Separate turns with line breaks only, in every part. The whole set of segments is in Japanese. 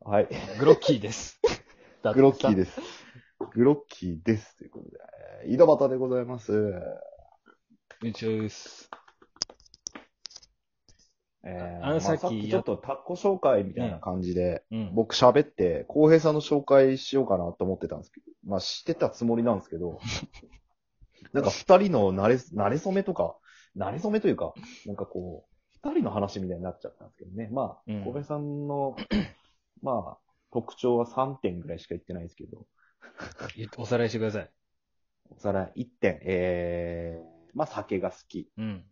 はい。
グロッキ ーです。だって
グ
さ
ロッキーです。グロッキーです。ということで、井戸端でございます。
うんちゅうっす。
えー
あのさっき
まあちょっとタッコ紹介みたいな感じで、
うん。
僕喋って、浩平さんの紹介しようかなと思ってたんですけど、まあしてたつもりなんですけ ど、なんか二人の慣れ、慣れ初めとか、慣れ初めというか、なんかこう、二人の話みたいになっちゃったんですけどね。まあ、
うん
浩平さんの、まあ、特徴は3点ぐらいしか言ってないですけど、
おさらいしてください。
おさらい1点、えー、まあ酒が好き。
うん。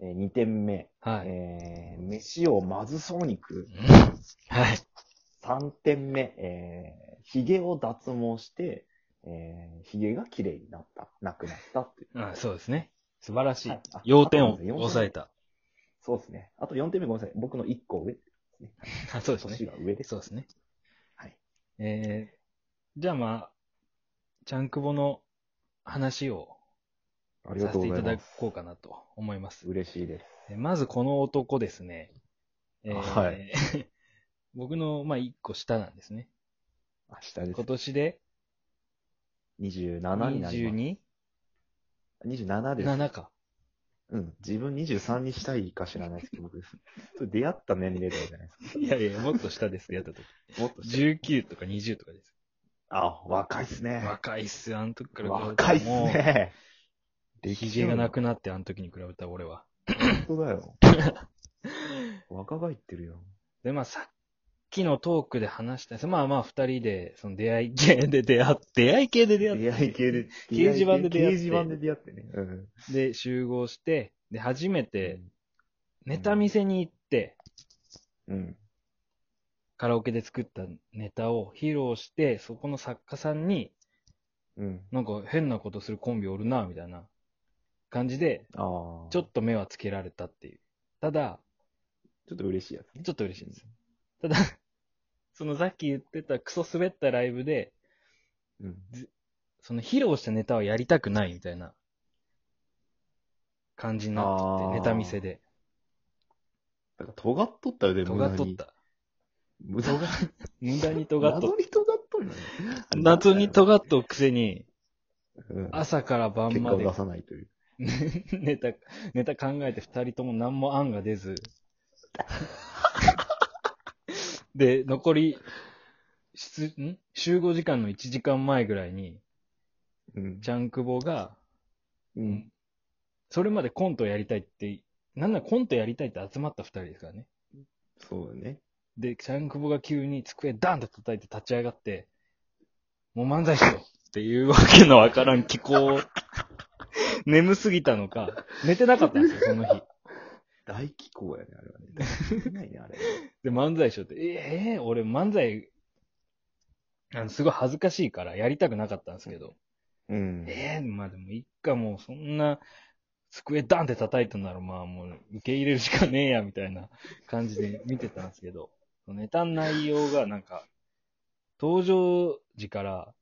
えー、2点目、
はい。
えー、飯をまずそうに食う。
はい。
3点目、えー、髭を脱毛して、えー、髭が綺麗になった、なくなったっていう。
あそうですね。素晴らしい
はいあ。
要点
あそう
を
ですね
抑えた。
そうですね。あと4点目ごめんなさい。僕の1個上。
あそうです
年
ね。
が上です。
そうですね。
はい。
えー、じゃあまあ、ちゃんくぼの話を
あ
させていただこうかなと思います。
嬉しいです。
えまずこの男ですね。え
は
僕の、まあ、一個下なんですね。
明日です
今。年で
27になりま
22?7
す。27です。
か。
うん。自分23にしたいか知らないですけど、僕 です。それ出会った年齢とかじゃないですか。
いやいや、もっと下です、やった時。
もっと下
19とか20とかです。
あ、若いっすね。
若いっすよ、あの時から比べた
若
ら
いっすね。
もう、
歴史
髭がなくなって、あの時に比べたら俺は。
本当だよ。若返ってるよ。
で、まあ、さっきのトークで話したんですまあまあ、二人で、その出会い系で出会って、出会い系で出会
出会い系で。
掲示板で出会って
掲示板で出会ってね。うん。
って、で、集合して、で、初めて、ネタ見せに行って、
うん。
カラオケで作ったネタを披露して、そこの作家さんに、
うん。
なんか変なことするコンビおるな、みたいな感じで、
ああ。
ちょっと目はつけられたっていう。ただ、
ちょっと嬉しいやつね。
ちょっと嬉しいです。ただ、そのさっき言ってたクソ滑ったライブで、
うん。
その披露したネタはやりたくないみたいな感じになって
あー
て、ネタ見せで。
だから、尖っとったよね、
尖っとっ。た。
無駄が、
無駄に尖っとっ
謎に尖っとるよね。
た。謎に尖っとくせに、
うん
朝から晩
結果
ま
を
で
出さないという。
ネタ、ネタ考えて二人とも何も案が出 ず。で、残り、出、ん集合時間の1時間前ぐらいに、
うん
ジャンクボが、
うん。
それまでコントやりたいって、なんならコントやりたいって集まった二人ですからね。
そうだね。
で、チャンクボが急に机ダンと叩いて立ち上がって、もう漫才しろっていうわけのわからん気候を、眠すぎたのか、寝てなかったんですよ、その日。
大気候やね、あれはね。できないね、あれ。
で、漫才しろって、ええ俺漫才、あの、すごい恥ずかしいからやりたくなかったんですけど、
うん
ええまあでもいっか、もうそんな、机ダンって叩いたなら、まあもう受け入れるしかねえや、みたいな感じで見てたんですけど、ネタの内容がなんか、登場時から、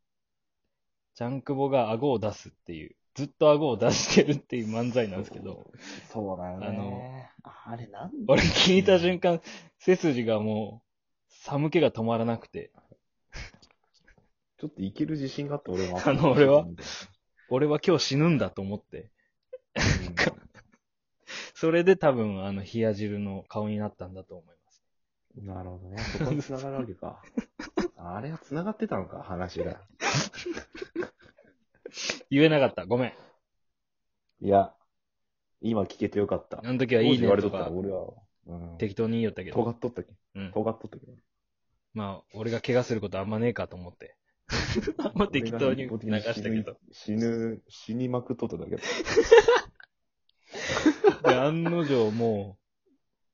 ジャンクボが顎を出すっていう、ずっと顎を出してるっていう漫才なんですけど、
そうだよね。
あの
あれなんだ
俺聞いた瞬間、背筋がもう、寒気が止まらなくて、
ちょっといける自信があって俺は。
あの俺は俺は今日死ぬんだと思って、
うん
それで多分あの冷や汁の顔になったんだと思います。
なるほどね。そこに繋がるわけ か。あれは繋がってたのか、話が。
言えなかった。ごめん。
いや、今聞けてよかった。
あの時はいい
当時
ね
言われと
と
ったら
か、
俺は、うん。
適当に言いよったけ
尖
ど。
っとったけ。
うん。
尖っとったけ。
まあ、俺が怪我することあんまねえかと思って。あんま適当に流したけど。
死ぬ、死にまくっとっただけだ。
で、案の定も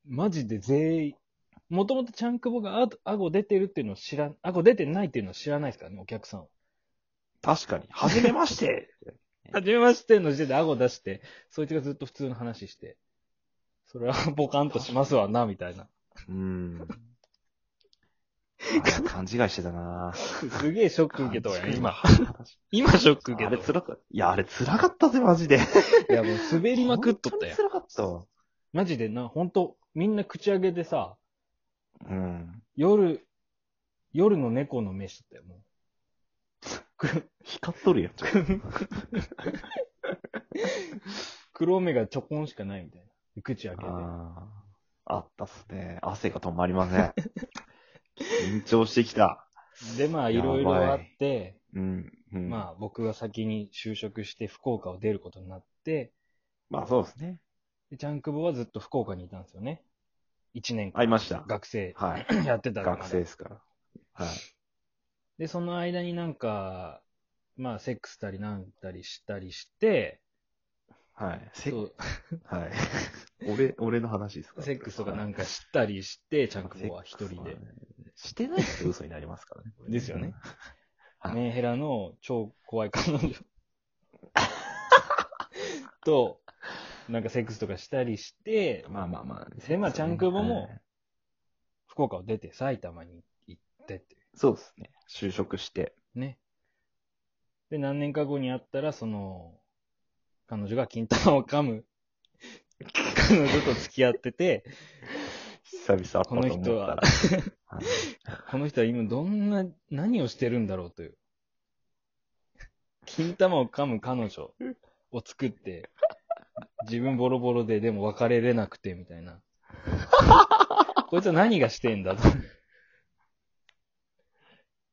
う、マジで全員、もともとちゃんくぼがあ顎出てるっていうのを知らん、顎出てないっていうのを知らないですからね、お客さんは。
確かに。はじめまして
はじめましての時点で顎出して、そいつがずっと普通の話して、それはボカンとしますわな、みたいな。
うん。あ勘違いしてたな
すげえショック受けたわよ、今。
あ
今ショック受け
れ
たわ。
辛かった。いや、あれ辛かったぜ、マジで。
いや、もう滑りまくっとった
本当
よ
に。辛かったわ。
マジでな、ほんと、みんな口上げでさ、
うん。
夜、夜の猫の飯だったよ、も
光っとるやん。
う。黒目がちょこんしかないみたいな。で口開けて。
ああ。あったっすね。汗が止まりません。緊張してきた。
で、まあ、いろいろあって、
うん。うん、
まあ、僕が先に就職して福岡を出ることになって、
まあ、そうですね。
でジャンクボはずっと福岡にいたんですよね。1年間。
会いました。
学生
はい。
やってたから
学生ですから。はい。
で、その間になんか、まあ、セックスたりなんたりしたりして、
はい。セ
そう
はい。 俺、俺の話ですか
セックスとかなん
か、
かしたりして、チャン
まあ
クボは一人。
セック
で
ス。はねしてないと嘘になりますからね。
ですよね。
はい
メンヘラの超怖い彼女と、なんかセックスとかしたりして、
まあまあまあ。
でまあちゃんくぼも
はい
福岡を出て埼玉に行ってってい
そうですね。就職して。
うね。で、何年か後に会ったら、その、彼女が金玉を噛む。彼女と付き合ってて、
久々会ったと思ったら。
この人は
はい
この人は今どんな、何をしてるんだろうという。金玉を噛む彼女を作って、自分ボロボロででも別れれなくてみたいな。こいつは何がしてんだと。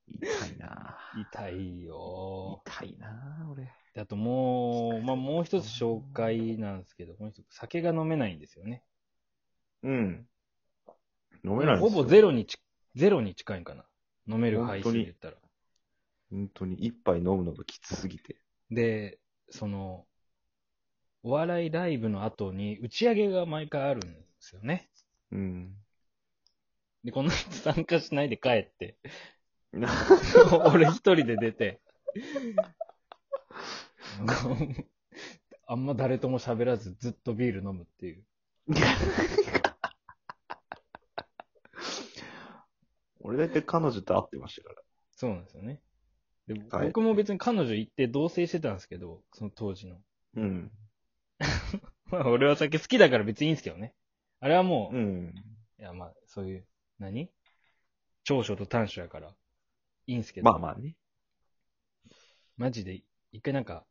痛いな
痛いよ
痛いな俺。
であともう、まあ、もう一つ紹介なんですけど、この人、酒が飲めないんですよね。
うん。飲めないんです
ほ
よ
ぼゼロにち、ゼロに近いんかな。飲める配信で言ったら。
本当に一杯飲むのがきつすぎて。
で、その、お笑いライブの後に打ち上げが毎回あるんですよね。
うん。
で、この人参加しないで帰 って、
な
俺一人で出て、こう あんま誰とも喋らずずっとビール飲むっていう。
俺だって彼女と会ってましたから。
そうなんですよね。で
帰って
僕も別に彼女行って同棲してたんですけど、その当時の。
うん。
まあ俺は酒好きだから別にいいんですけどね。あれはもう、
うん。
いやまあそういう、何長所と短所やから、いいんですけど。
まあまあね。
マジで、一回なんか、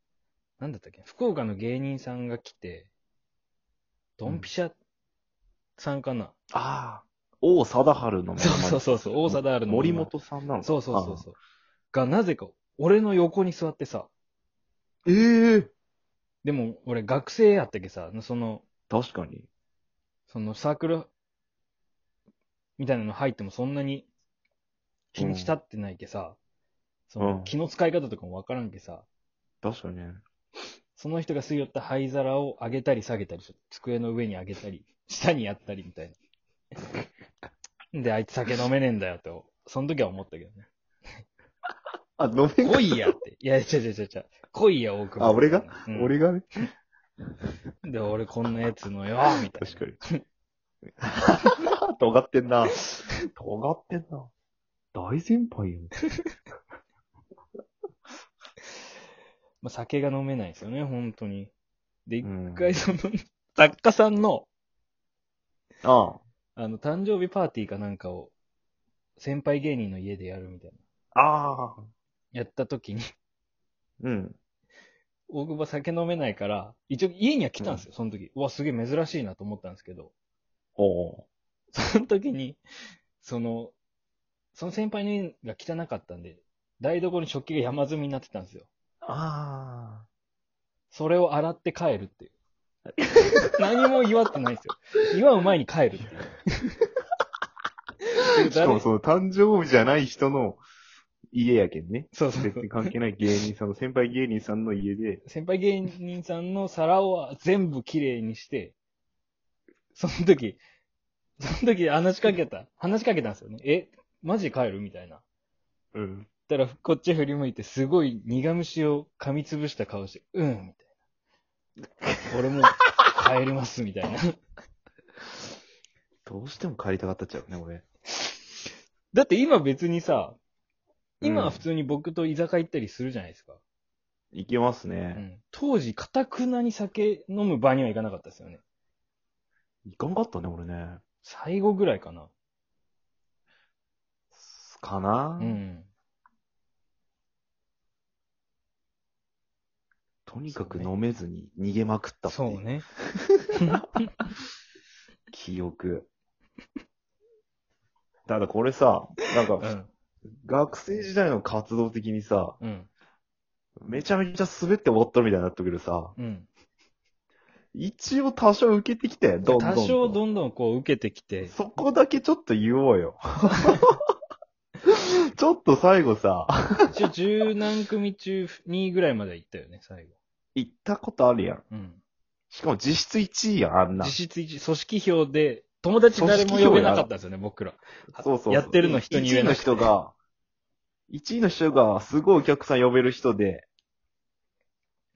なんだったっけ、福岡の芸人さんが来て、ドンピシャさんかな。
ああ。王貞治の
そうそうそうそう、大貞あるの。
森本さんなの
そうそうそうそう。が、なぜか、俺の横に座ってさ、
う。ええ
でも俺学生やったけさ、その、
確かに。
そのサークル、みたいなの入ってもそんなに日にち経ってないけさ、その
うん
気の使い方とかもわからんけさ、
確かにね。
その人が吸い寄った灰皿を上げたり下げたりし、机の上に上げたり、下にやったりみたいな。で、あいつ酒飲めねえんだよと、その時は思ったけ どね。
あ、飲めん
来いやって。いや、違う違う違う違う。来いや、大久保。
あ俺が
うん
俺がね。
で、俺こんなやつのよ、みたい
確か に。 尖ってんな。尖ってんな。大先輩やん。
な。まあ、酒が飲めないんですよね、本当に。で、一
うん
回その、作家さんの、
あ
あの、誕生日パーティーかなんかを、先輩芸人の家でやるみたい
あ。
な。
ああ。
やった時に、
うん。
大久保酒飲めないから、一応家には来たんですよ、その時。うわ、すげえ珍しいなと思ったんですけど、
おお
その時に、その、その先輩の家が汚かったんで、台所に食器が山積みになってたんですよ。
ー。あ
それを洗って帰るっていう。 何も祝ってないんですよ。祝う前に帰るっていう。
あ。しかもその誕生日じゃない人の家やけんね。
そうそう
別
そう
に。関係ない芸人さんの、先輩芸人さんの家で、
先輩芸人さんの皿を全部きれいにして、その時、その時話しかけた、話しかけたんですよね。え、マジで帰るみたいな。
うん。
たら、こっち振り向いて、すごい苦虫を噛みつぶした顔して、うん、みたいな。俺も帰ります、みたいな。
どうしても帰りたかったっちゃうね、俺。
だって今別にさ、今
う
は
ん
普通に僕と居酒屋行ったりするじゃないですか。
いけます
う
ね。
ん当時、かたくなに酒飲む場には行かなかったですよね。
いかんかったね、俺ね。
最後ぐらいかな。
かな、
うん。
とにかく飲めずに逃げまくったってい
そううね。
記憶。ただこれさ、なん
う
か、
ん。
学生時代の活動的にさ、
うん。
めちゃめちゃ滑って終わったみたいになったけどさ、
うん。
一応多少受けてきたよ、どんどん
多
と。
少どんどんこう受けてき て、
そこだけちょっと言おう よ。ちょっと最後さ、
一応十何組中2位ぐらいまでは行ったよね、最後。
行ったことあるやん。
うん。
しかも実質1位やん、あんな。
実質一、組織票で、友達誰も呼べなかったんですよね、僕ら。
そうそうそう
やってるの人に言えなくて
1位の人が、1位の人がすごいお客さん呼べる人で、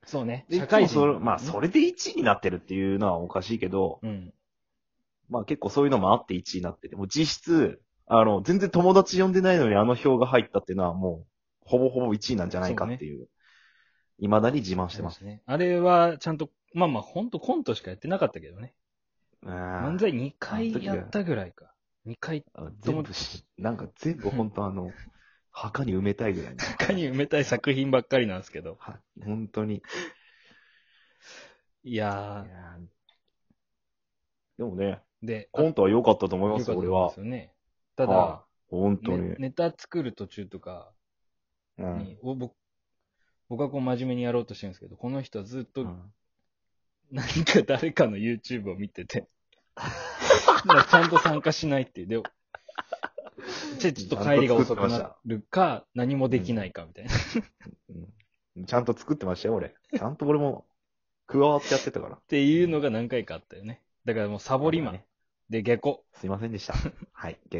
そうね。
で
社会
いつもそ
人だ
れ
もんね。
まあ、それで1位になってるっていうのはおかしいけど、
うん。
まあ結構そういうのもあって1位になってて、もう実質、あの、全然友達呼んでないのにあの票が入ったっていうのはもう、ほぼほぼ1位なんじゃないかっていう、未だに自慢してます。
すね。あれは、ちゃんと、まあまあ、ほんとコントしかやってなかったけどね。
漫
漫才2回やったぐらいか。2回、
全部し、なんか全部本当あの、墓に埋めたいぐらいの。
他に埋めたい作品ばっかりなんですけど。
は本当に。い
いや
やーでもね、
ー、で、
コントは良かったと思いま
よ
す
か
よ、
った
俺
で
は
す。よね。た
は
だ、
本当に
ね。ネタ作る途中とか
う
に
ん。、
お僕僕はこう真面目にやろうとしてるんですけど、この人はずっと
うん
何か誰かの YouTube を見て て、だからちゃんと参加しないっていう。で、ちょちょっと帰りが遅くなるか、何もできないかみたいな。
うんちゃんと作ってましたよ、俺。ちゃんと俺も、加わってやってたから
っ。ていうのが何回かあったよね。だからもうサボりマン。で、下戸。
すいませんでした。はい、結構。